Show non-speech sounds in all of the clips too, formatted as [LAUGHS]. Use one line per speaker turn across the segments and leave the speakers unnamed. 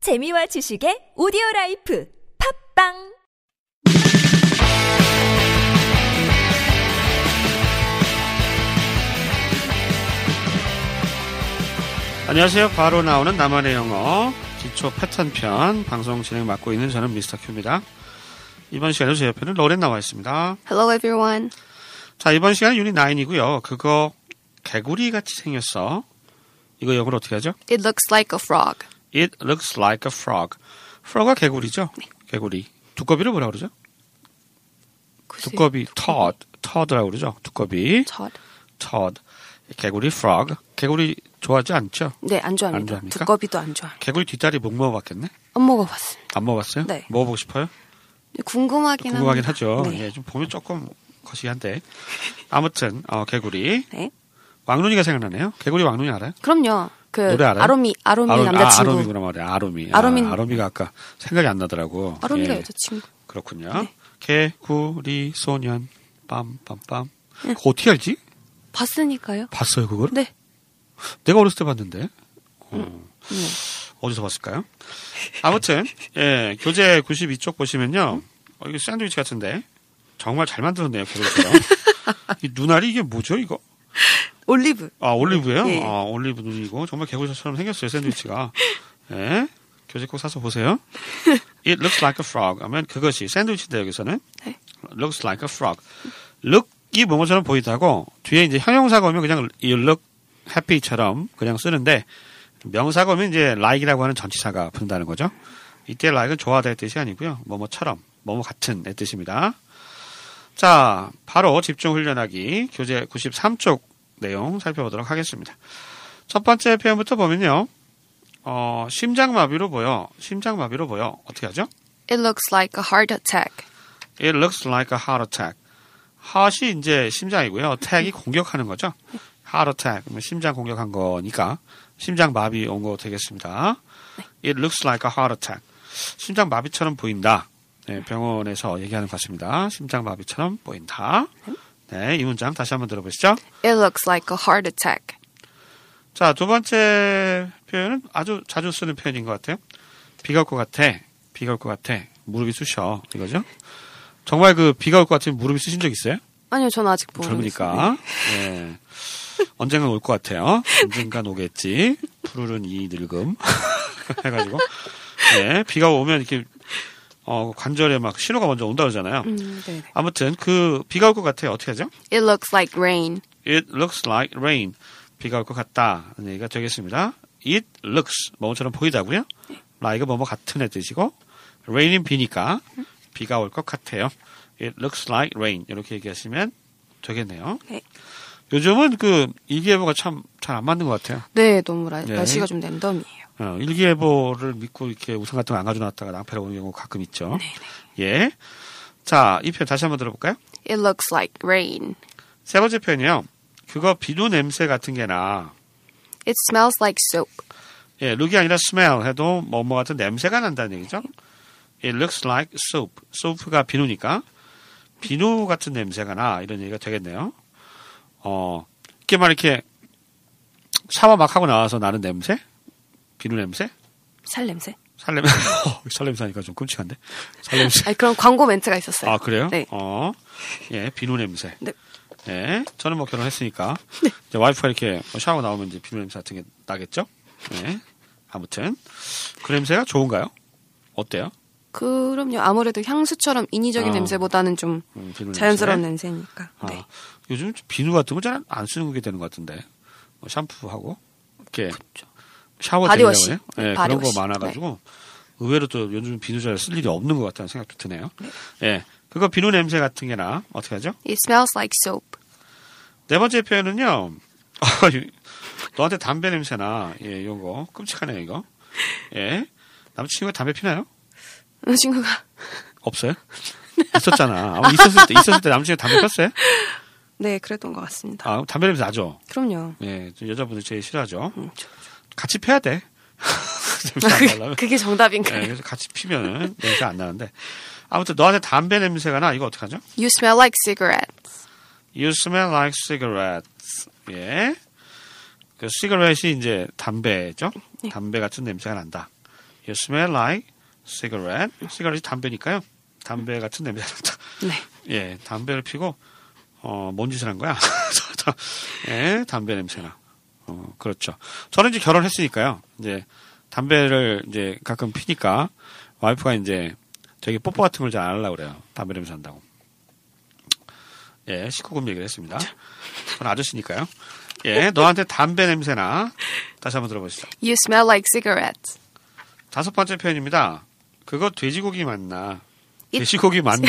재미와 지식의 오디오 라이프 팝빵
안녕하세요. 바로 나오는 나만의 영어 기초 패턴편 방송 진행 맡고 있는 저는 미스터 큐입니다. 이번 시간에 제 옆에는 로렌 나와 있습니다.
Hello, everyone.
자, 이번 시간 유닛 9이고요. 그거 개구리 같이 생겼어. 이거 영어로 어떻게 하죠?
It looks like a frog.
It looks like a frog. frog가 개구리죠? 개구리. 두꺼비를 뭐라 그러죠? 두꺼비, tod. tod라고 그러죠? 두꺼비,
젖.
tod. 개구리 frog. 개구리 좋아하지 않죠?
네, 안
안
좋아합니다.
좋아합니까?
두꺼비도 안 좋아해요.
개구리 뒷다리 못 먹어봤겠네?
안 먹어봤어요.
안 먹어봤어요?
네.
먹어보고 싶어요?
궁금하긴
궁금하긴
합니다.
하죠.
네.
예, 좀 보면 조금 거시기한데. 아무튼 어, 개구리
네.
왕눈이가 생각나네요. 개구리 왕눈이 알아요?
그럼요. 그
노래 알아요?
아로미, 아로미
아롬-
남자친구.
아, 아롬이구나 말이야. 아롬이.
아롬인-
아, 아롬이가 아까 생각이 안 나더라고.
아로미가
예,
여자친구. 네.
그렇군요. 개구리 소년 빰빰빰. 그거 어떻게 알지?
봤으니까요.
봤어요 그걸?
네.
내가 어렸을 때 봤는데. 어. 어디서 봤을까요? 아무튼 예 교재 92쪽 보시면요. 어, 이거 샌드위치 같은데 정말 잘 만들었네요. 개구리처럼. 이 눈알이 이게 뭐죠 이거?
올리브.
아 올리브예요?
예.
아 올리브 눈이고 정말 개구리처럼 생겼어요 샌드위치가. 예. 교재 꼭 사서 보세요. It looks like a frog. 하면 그것이 샌드위치인데 여기서는
네.
looks like a frog. look이 뭐뭐처럼 보이다고 뒤에 이제 형용사가 오면 그냥 you look happy처럼 그냥 쓰는데 명사가 오면 이제 like이라고 하는 전치사가 붙는다는 거죠. 이때 like은 좋아하다의 뜻이 아니고요. 뭐뭐처럼 뭐뭐 같은의 뜻입니다. 자, 바로 집중 훈련하기 교재 93쪽 내용 살펴보도록 하겠습니다. 첫 번째 표현부터 보면요. 어, 심장마비로 보여. 심장마비로 보여. 어떻게 하죠?
It looks like a heart attack.
It looks like a heart attack. heart이 이제 심장이고요. attack이 공격하는 거죠. heart attack. 그러면 심장 공격한 거니까 심장 마비 온 거 되겠습니다. It looks like a heart attack. 심장 마비처럼 보인다. 네, 병원에서 얘기하는 것 같습니다. 심장 마비처럼 보인다. 네, 이 문장 다시 한번 들어보시죠.
It looks like a heart attack.
자, 두 번째 표현은 아주 자주 쓰는 표현인 것 같아요. 비가 올 것 같아. 비가 올 것 같아. 무릎이 쑤셔. 이거죠? 정말 그 비가 올 것 같으면 무릎이 쑤신 적 있어요?
아니요, 전 아직 모르겠어요.
젊으니까. 예. 언젠간 올 것 같아요. 언젠간 오겠지. 푸르른 이 늙음. [LAUGHS] 해가지고. 예. 비가 오면 이렇게, 어, 관절에 막 신호가 먼저 온다 그러잖아요.
음, 네.
아무튼 그 비가 올 것 같아요. 어떻게 하죠?
It looks like rain.
It looks like rain. 비가 올 것 같다. 는 얘기가 되겠습니다. It looks. 뭐뭐처럼 보이다고요? like은 뭐뭐 같은 애 뜻이고, rain은 비니까 비가 올 것 같아요. It looks like rain. 이렇게 얘기하시면 되겠네요.
네.
요즘은 그 일기예보가 참 잘 안 맞는 것 같아요.
네, 너무 라,
네.
날씨가 좀 랜덤이에요.
어, 일기예보를 믿고 이렇게 우산 같은 거 안 가지고 나왔다가 낭패를 오는 경우 가끔 있죠. 예. 자, 이 표현 다시 한번 들어볼까요?
It looks like rain.
세 번째 표현이요. 그거 비누 냄새 같은 게나
It smells like soap.
예, 룩이 아니라 smell 해도 뭐뭐 같은 냄새가 난다는 얘기죠. It looks like soap. soap가 비누니까 비누 같은 냄새가 나 이런 얘기가 되겠네요. 어, 이렇게 막 이렇게 샤워 막 하고 나와서 나는 냄새? 비누 냄새?
살 냄새?
살냄새? 살냄새 하니까 좀 끔찍한데? 살냄새?
아니, 그런 광고 멘트가 있었어요.
아 그래요?
네.
어, 예, 비누 냄새.
네.
예, 저는 뭐 결혼했으니까 이제 와이프가 이렇게 뭐 샤워 나오면 이제 비누 냄새 같은 게 나겠죠? 예, 아무튼 그 냄새가 좋은가요? 어때요?
그럼요. 아무래도 향수처럼 인위적인
아.
냄새보다는 좀
음, 비누
자연스러운
냄새.
냄새니까.
아,
네.
요즘 비누 같은 거 잘 안 쓰는 게 되는 것 같은데 뭐 샴푸하고 이렇게 샤워
그렇죠. 바디워시.
되려고 해요? 예, 그런 거
바디워시. 네.
많아가지고 의외로 또 요즘 비누 잘 쓸 일이 없는 것 같다는 생각도 드네요. 예, 그거 비누 냄새 같은 게나 어떻게 하죠?
It smells like soap.
네 번째 표현은요. [LAUGHS] 아유, 너한테 담배 냄새나 예, 이런 거 끔찍하네요 이거. 예, 남친구가 담배 피나요?
친구가 [LAUGHS]
없어요? 있었잖아. 아마 있었을 때 있었을 때 남친구가 담배 폈어요?
네 그랬던 것 같습니다.
아 담배 냄새 나죠.
그럼요.
예, 여자분들 제일 싫어하죠.
음, 저-
같이 펴야 돼. [LAUGHS]
아,
냄새 안
그,
나려면.
그게
예,
정답인가요?
그래서 같이 피면은 냄새 안 나는데. 아무튼 너한테 담배 냄새가 나 이거 어떡하죠?
You smell like cigarette.
You smell like cigarettes. 예. 그 시그렛이 이제 담배죠. 담배 같은 냄새가 난다. You smell like cigarette. cigarette이 담배니까요. 담배 같은 냄새 난다.
네.
예, 담배를 피고 어, 뭔 짓을 한 거야? [LAUGHS] 예, 담배 냄새나. 어, 그렇죠. 저는 이제 결혼했으니까요. 이제 담배를 이제 가끔 피니까 와이프가 이제 저기 뽀뽀 같은 걸 잘 안 하려고 그래요. 담배 냄새 난다고. 예, 19금 얘기를 했습니다. 저는 아저씨니까요. 예, 너한테 담배 냄새나. 다시 한번 들어보시죠.
You smell like cigarettes.
다섯 번째 표현입니다. 그거 돼지고기 맛나.
It-
돼지고기 맛나.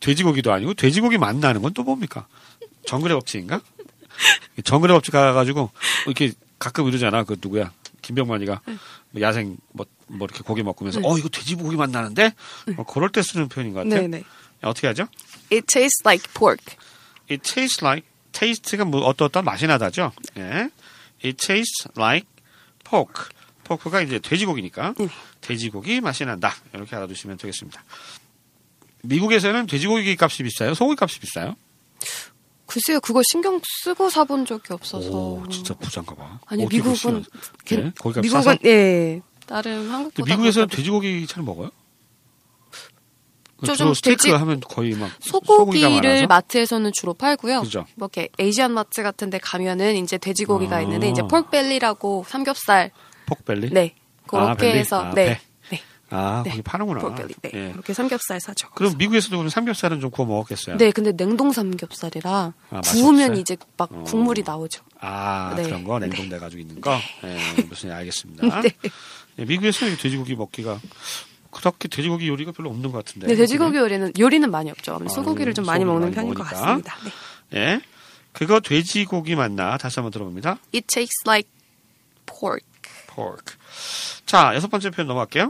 돼지고기도 아니고 돼지고기 맛나는 건 또 뭡니까? 정글의 법칙인가? 정글의 법칙 가가지고 이렇게 가끔 이러잖아. 그 누구야? 김병만이가 뭐 야생 뭐, 뭐 이렇게 고기 먹으면서 어 이거 돼지고기 맛나는데 뭐 그럴 때 쓰는 표현인 것 같아요.
네, 네.
어떻게 하죠?
It tastes like pork.
It tastes like taste가 뭐 어떠어떤 맛이 나다죠. 예. It tastes like pork. 포크가 이제 돼지고기니까
음.
돼지고기 맛이 난다. 이렇게 알아두시면 되겠습니다. 미국에서는 돼지고기 값이 비싸요? 소고기 값이 비싸요?
글쎄요, 그거 신경 쓰고 사본 적이 없어서.
오, 진짜 부자인가 봐.
아니
어떻게 그렇게
미국은
비싸요?
그-
예? 거기가
미국은
비싸서?
예 다른
근데
한국보다
미국에서는
거기가
돼지고기 잘 먹어요? 그
저좀
주로 스테이크
돼지-
하면 거의 막
비- 소고기를
소고기가 많아서?
마트에서는 주로 팔고요.
그죠.
뭐 이렇게 에이시안 마트 같은데 가면은 이제 돼지고기가
아.
있는데 이제 폴벨리라고 삼겹살
퍽벨리?
네 그렇게
아, 벨리?
해서
아,
네,
배.
네
아,
네.
거기 파는구나.
폴벨리 네
예.
그렇게 삼겹살 사죠.
그럼 미국에서도 그럼 삼겹살은 좀 구워 먹었겠어요?
네 근데 냉동 삼겹살이라
아, 맛이
구우면
없어요?
이제 막
어.
국물이 나오죠.
아
네.
그런 거 냉동돼 가지고 있는 거 예, 무슨 알겠습니다.
[LAUGHS] 네.
예, 미국에서 는 돼지고기 먹기가 그렇게 돼지고기 요리가 별로 없는 것 같은데.
네, 돼지고기 요리는 요리는 많이 없죠. 아마 소고기를 좀 많이
소고기를
먹는
많이
편인 것
먹으니까.
같습니다. 네.
예, 그거 돼지고기 맞나? 다시 한번 들어봅니다.
It tastes like pork.
pork. 자 여섯 번째 표현 넘어갈게요.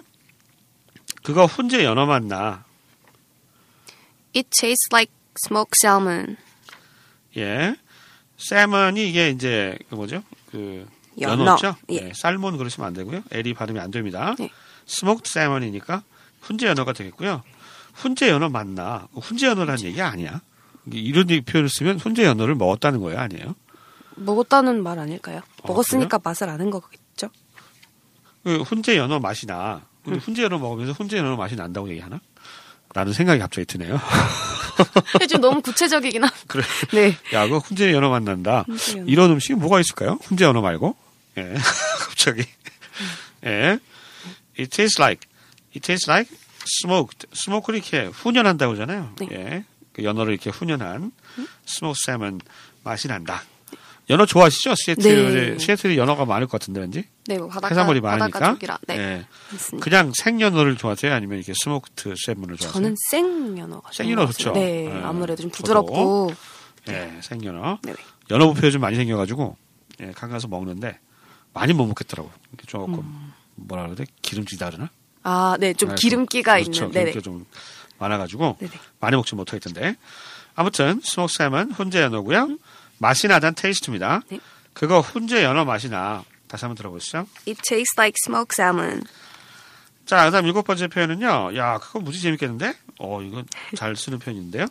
그거 훈제 연어 맞나?
It tastes like smoked salmon.
예, salmon이 이게 이제 그 뭐죠? 그
연어.
연어죠?
예.
예, 살몬 그러시면 안 되고요. L이 발음이 안 됩니다.
예.
스모크드 세먼이니까 훈제 연어가 되겠고요. 훈제 연어 맞나? 뭐 훈제 연어라는 얘기 아니야. 이게 이런 얘기 표현을 쓰면 훈제 연어를 먹었다는 거예요, 아니에요?
먹었다는 말 아닐까요?
아,
먹었으니까 맛을 아는 거겠죠?
그 훈제 연어 맛이 나. 근데 훈제 연어 먹으면서 훈제 연어 맛이 난다고 얘기하나? 라는 생각이 갑자기 드네요.
좀 너무 구체적이긴 한.
[LAUGHS] 그래.
네.
[LAUGHS] 야, 그 훈제 연어 맛 난다.
훈제 연어.
이런 음식이 뭐가 있을까요? 훈제 연어 말고. 예. [LAUGHS] 갑자기. 예. It tastes like. It tastes like smoked. 스모크를 이렇게 훈연한다고 그러잖아요.
네.
예. 그 연어를 이렇게 훈연한 스모크 쌤은 맛이 난다. 연어 좋아하시죠? 시애틀에,
네.
시애틀에 연어가 많을 것 같은데 왠지?
네, 뭐 바닷가,
해산물이
바닷가
많으니까.
쪽이라. 네.
예.
맞습니다.
그냥 생연어를 좋아하세요? 아니면 이렇게 스모크드 쌤을 좋아하세요?
저는 생연어가 좋은
생연어
것 같습니다.
좋죠.
네,
예,
아무래도 좀
저도.
부드럽고.
예, 생연어.
네. 네.
연어부페 요즘 많이 생겨가지고 예, 강 가서 먹는데 많이 못 먹겠더라고. 이렇게 조금 뭐라 그래야 돼? 기름지다 그러나?
아, 네, 음. 좀
아,
기름기가
그렇죠.
있는. 네, 네.
기름기가 좀 많아가지고
네네.
많이 먹지 못하겠던데. 아무튼 스모크 쌤은 훈제 연어고요. 맛이 나단 테이스트입니다.
네.
그거 훈제 연어 맛이 나. 다시 한번 들어보시죠.
It tastes like smoked salmon.
자, 그다음 일곱 번째 표현은요. 야, 그거 무지 재밌겠는데? 어, 이건 잘 쓰는 표현인데요.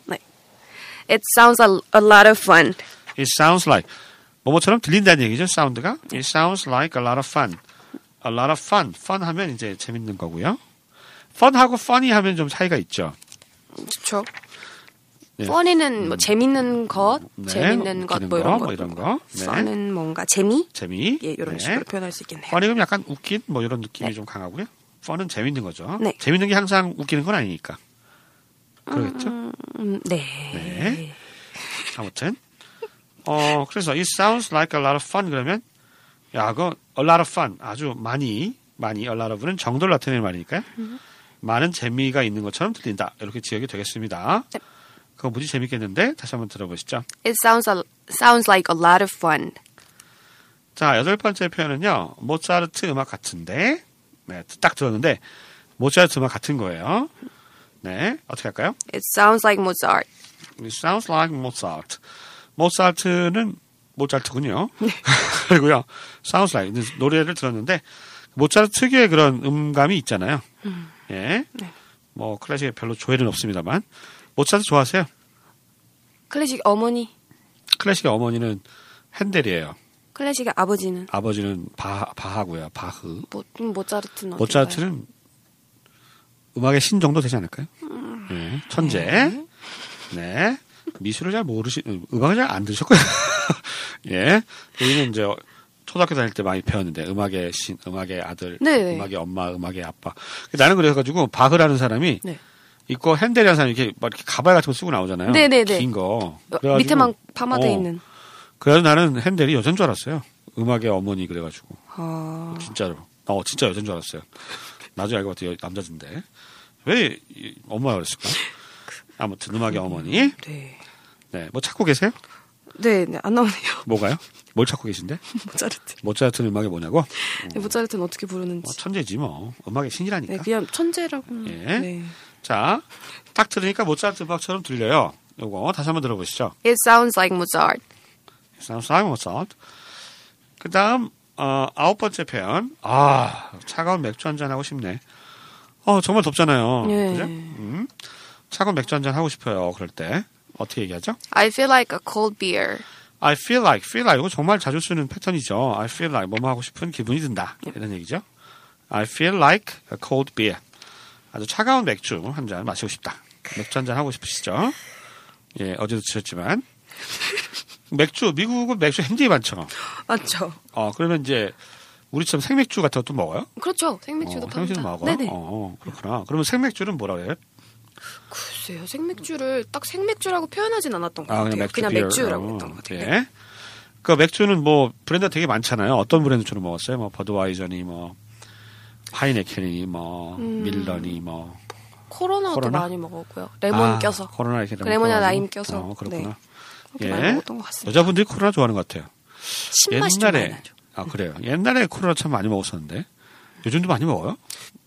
It sounds a, a lot of fun.
It sounds like 뭐뭐처럼 들린다는 얘기죠. 사운드가. It sounds like a lot of fun. A lot of fun. fun 하면 이제 재밌는 거고요. fun하고 funny 하면 좀 차이가 있죠.
좋죠.
네.
fun이는 뭐 재밌는 것,
네,
재밌는 것,
웃기는
뭐 이런
거,
것.
뭐 이런 거. 네.
fun은 뭔가 재미?
재미.
예, 이런 식으로 표현할 수 있겠네요.
funny 그럼 약간 웃긴 뭐 이런 느낌이
네.
좀 강하고요. fun은 재밌는 거죠.
네.
재밌는 게 항상 웃기는 건 아니니까. 그러겠죠.
음, 네.
네. 아무튼 어 그래서 it sounds like a lot of fun 그러면 야 그거 a lot of fun 아주 많이 많이 a lot of는 정도를 나타내는 말이니까요. 많은 재미가 있는 것처럼 들린다 이렇게 지역이 되겠습니다.
네.
그거 무지 재밌겠는데 다시 한번 들어보시죠.
It sounds a, sounds like a lot of fun.
자 여덟 번째 표현은요 모차르트 음악 같은데 네, 딱 들었는데 모차르트 음악 같은 거예요. 네 어떻게 할까요?
It sounds like Mozart.
It sounds like Mozart. 모차르트는 모차르트군요. [LAUGHS] 그리고요, sounds like 이제 노래를 들었는데 모차르트 특유의 그런 음감이 있잖아요. 예, 뭐 클래식에 별로 조예는 없습니다만 모차르트 좋아하세요?
클래식 어머니,
클래식의 어머니는 핸델이에요.
클래식의 아버지는 뭐
아버지는 바 바하고요, 바흐.
모, 음, 모차르트는 어떤가요?
모차르트는 음악의 신 정도 되지 않을까요?
아.
예, 천재. 네. 미술을 잘 모르시, 음, 음악을 잘 안 들으셨고요. [LAUGHS] 예. 저희는 이제 초등학교 다닐 때 많이 배웠는데, 음악의 신, 음악의 아들,
네.
음악의 엄마, 음악의 아빠. 나는 그래가지고, 바흐라는 사람이,
네.
있고 핸델이라는 사람이 이렇게 막 이렇게 가발 같은 거 쓰고 나오잖아요.
네네네.
긴 거.
어,
그래가지고-
밑에만 파마돼
어,
있는.
그래서 나는 핸델이 여잔 줄 알았어요. 음악의 어머니 그래가지고.
아,
진짜로. 어, 진짜 여잔 줄 알았어요. 나중에 알고 봤더니 남자인데. 왜 이- 엄마가 그랬을까? 아무튼 음악의 어머니.
네.
네, 뭐 찾고 계세요?
네, 네, 안 나오네요. [LAUGHS]
뭐가요? 뭘 찾고 계신데?
모차르트.
모차르트는 음악이 뭐냐고?
네, 모차르트는 어떻게
뭐
부르는지.
천재지 뭐. 음악의 신이라니까.
네, 그냥 천재라고.
예.
네.
자, 딱 들으니까 모차르트 음악처럼 들려요. 요거 다시 한번 들어보시죠.
It sounds like Mozart.
사이먼 모차르트. 그 다음, 어, 아홉 번째 표현. 아, 차가운 맥주 한잔 하고 싶네. 어, 정말 덥잖아요.
예.
그죠? 음. 차가운 맥주 한잔 하고 싶어요. 그럴 때. 어떻게 얘기하죠?
I feel like a cold beer.
I feel like, feel like. 이거 정말 자주 쓰는 패턴이죠. I feel like. 뭐뭐 하고 싶은 기분이 든다. 이런 얘기죠. I feel like a cold beer. 아주 차가운 맥주 한 잔 마시고 싶다. 맥주 한 잔 하고 싶으시죠? 예, 어제도 드셨지만. 맥주, 미국은 맥주 굉장히 많죠.
맞죠?
어, 그러면 이제 우리처럼 생맥주 같은 것도 먹어요?
그렇죠. 생맥주도
어,
팝니다.
생맥주도 먹어요?
네네.
어, 그렇구나. 그러면 생맥주는 뭐라 그래요?
글쎄요, 생맥주를 딱 생맥주라고 표현하진 않았던 것
아,
같아요.
그냥 맥주
그냥
비어.
맥주라고
어,
했던 것 같아요. 네.
예. 그 맥주는 뭐 브랜드 가 되게 많잖아요. 어떤 브랜드 주로 먹었어요? 뭐 버드와이저니 뭐 하이네켄이 뭐
음.
밀런이 뭐
코로나도
코로나?
많이 먹었고요. 레몬
아,
껴서
코로나 이렇게
그 레몬이나
넣어가지고.
라임 껴서. 네.
어, 그렇구나.
그렇게
예.
많이 먹었던 것 같습니다.
여자분들이 코로나 좋아하는 것 같아요.
신맛이 좀 많이
옛날에
나죠.
아 그래요. 옛날에 코로나 참 많이 먹었었는데 요즘도 많이 먹어요?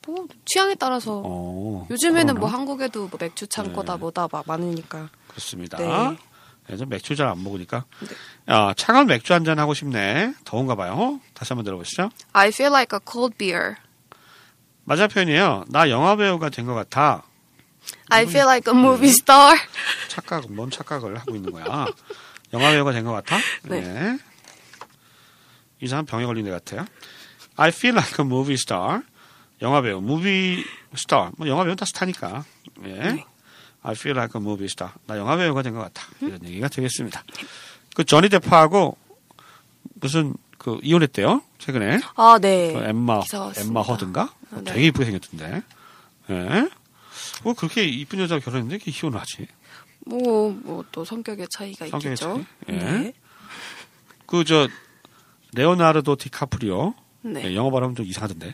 뭐 취향에 따라서
어,
요즘에는
코로나?
뭐 한국에도 뭐 맥주
네.
창고다 뭐다 막 많으니까.
그렇습니다.
네.
예전 맥주 잘 안 먹으니까.
네.
아, 차가운 맥주 한 잔 하고 싶네. 더운가 봐요. 다시 한번 들어보시죠.
I feel like a cold beer.
맞아 표현이에요. 나 영화 배우가 된 것 같아.
I feel like a
네.
movie star. [LAUGHS]
착각, 뭔 착각을 하고 있는 거야. 영화 배우가 된 것 같아?
네.
이 사람 병에 걸린 애 같아요. I feel like a movie star. 영화 배우, movie star. 뭐 영화 배우 다 스타니까. 예.
네.
I feel like a movie star. 나 영화 배우가 된 것 같아.
음?
이런 얘기가 되겠습니다. 그 저니 데파하고 무슨 그 이혼했대요. 최근에.
아, 네.
그 엠마
기사 왔습니다.
엠마 허든가?
아, 네.
되게 이쁘게 생겼던데. 예. 뭐 그렇게 이쁜 여자가 결혼했는데 이렇게 이혼을 하지?
뭐, 뭐 또 성격의 차이가
성격의
있겠죠.
차이. 예.
네.
그 저 레오나르도 디카프리오
네.
예, 영어 발음 좀 이상하던데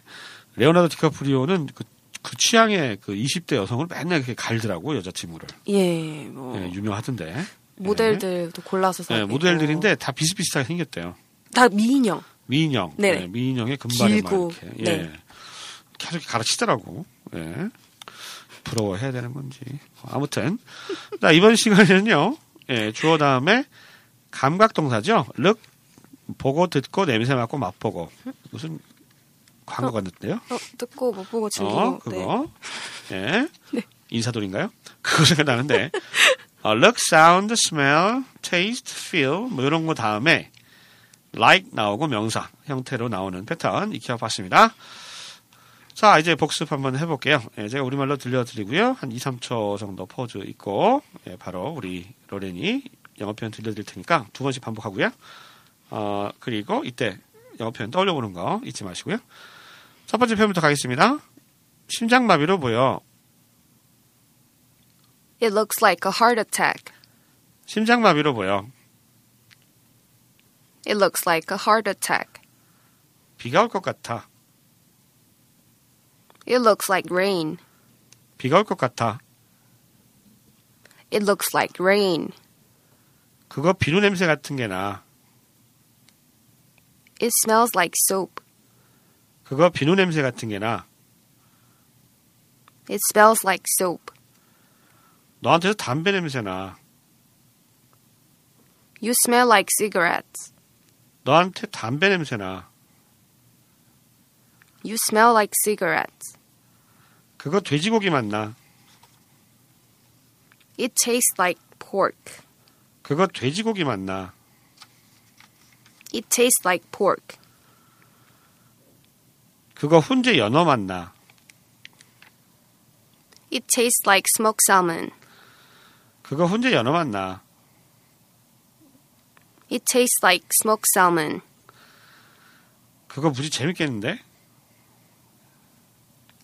레오나르도 디카프리오는 그, 그 취향의 그 20대 여성을 맨날 이렇게 갈더라고 여자 친구를
예, 뭐
예, 유명하던데
모델들도 골라서
예,
사고
모델들인데 다 비슷비슷하게 생겼대요
다 미인형.
미인형
네.
예, 미인형의 금발에 막
길고,
이렇게 예.
네.
계속 이렇게 가르치더라고 예. 부러워해야 되는 건지 아무튼 자 이번 시간에는요 예, 주어 다음에 감각동사죠 륵 보고 듣고 냄새 맡고 맛보고 무슨 광고 같은데요
어, 듣고 못 보고 즐기고. 네.
어 그거 예 인사돌인가요 [LAUGHS] 그거 생각나는데 어, look, sound, smell, taste, feel 뭐 이런 거 다음에 like 나오고 명사 형태로 나오는 패턴 익혀봤습니다. 자 이제 복습 한번 해볼게요. 예, 제가 우리말로 들려드리고요. 한 2, 3초 정도 포즈 있고 예, 바로 우리 로렌이 영어 표현 들려드릴 테니까 두 번씩 반복하고요. 어, 그리고 이때 영어 표현 떠올려보는 거 잊지 마시고요. 첫 번째 표현부터 가겠습니다. 심장마비로 보여.
네. It looks like a heart attack.
심장마비로 보여.
It looks like a heart attack.
비가 올 것 같아.
It looks like rain.
비가 올 것 같아.
It looks like rain.
그거 비누 냄새 같은 게 나.
It smells like soap.
그거 비누 냄새 같은 게 나.
It smells like soap.
너한테서 담배 냄새 나.
You smell like cigarettes.
너한테 담배 냄새 나.
You smell like cigarettes.
그거 돼지고기 맛나.
It tastes like pork.
그거 돼지고기 맛나.
It tastes like pork.
그거 훈제 연어 맛나.
It tastes like smoked salmon.
그거 혼자 연어 맛나.
It tastes like smoked salmon.
그거 무지 재밌겠는데?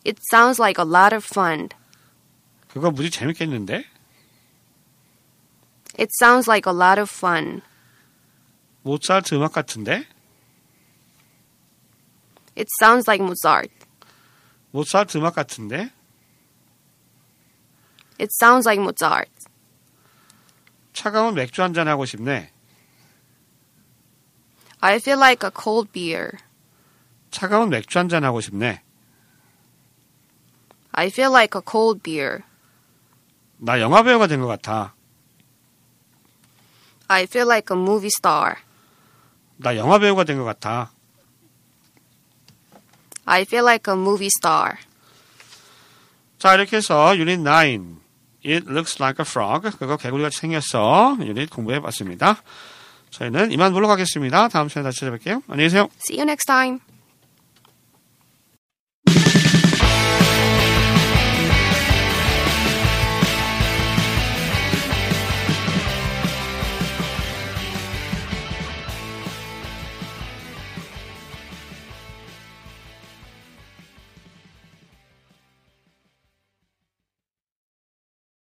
It sounds like a lot of fun.
그거 무지 재밌겠는데?
It sounds like a lot of fun.
모차르트 음악 같은데?
It sounds like Mozart.
모차르트 음악 같은데?
It sounds like Mozart.
차가운 맥주 한잔 하고 싶네.
I feel like a cold beer.
차가운 맥주 한잔 하고 싶네.
I feel like a cold beer.
나 영화 배우가 된 것 같아.
I feel like a movie star.
나 영화 배우가 된 것 같아.
I feel like a movie star.
자, 이렇게 해서 유닛 9. It looks like a frog. 그거 개구리같이 생겼어. 유닛 공부해 봤습니다. 저희는 이만 물러가겠습니다. 다음 시간에 다시 찾아뵐게요. 안녕히 계세요.
See you next time.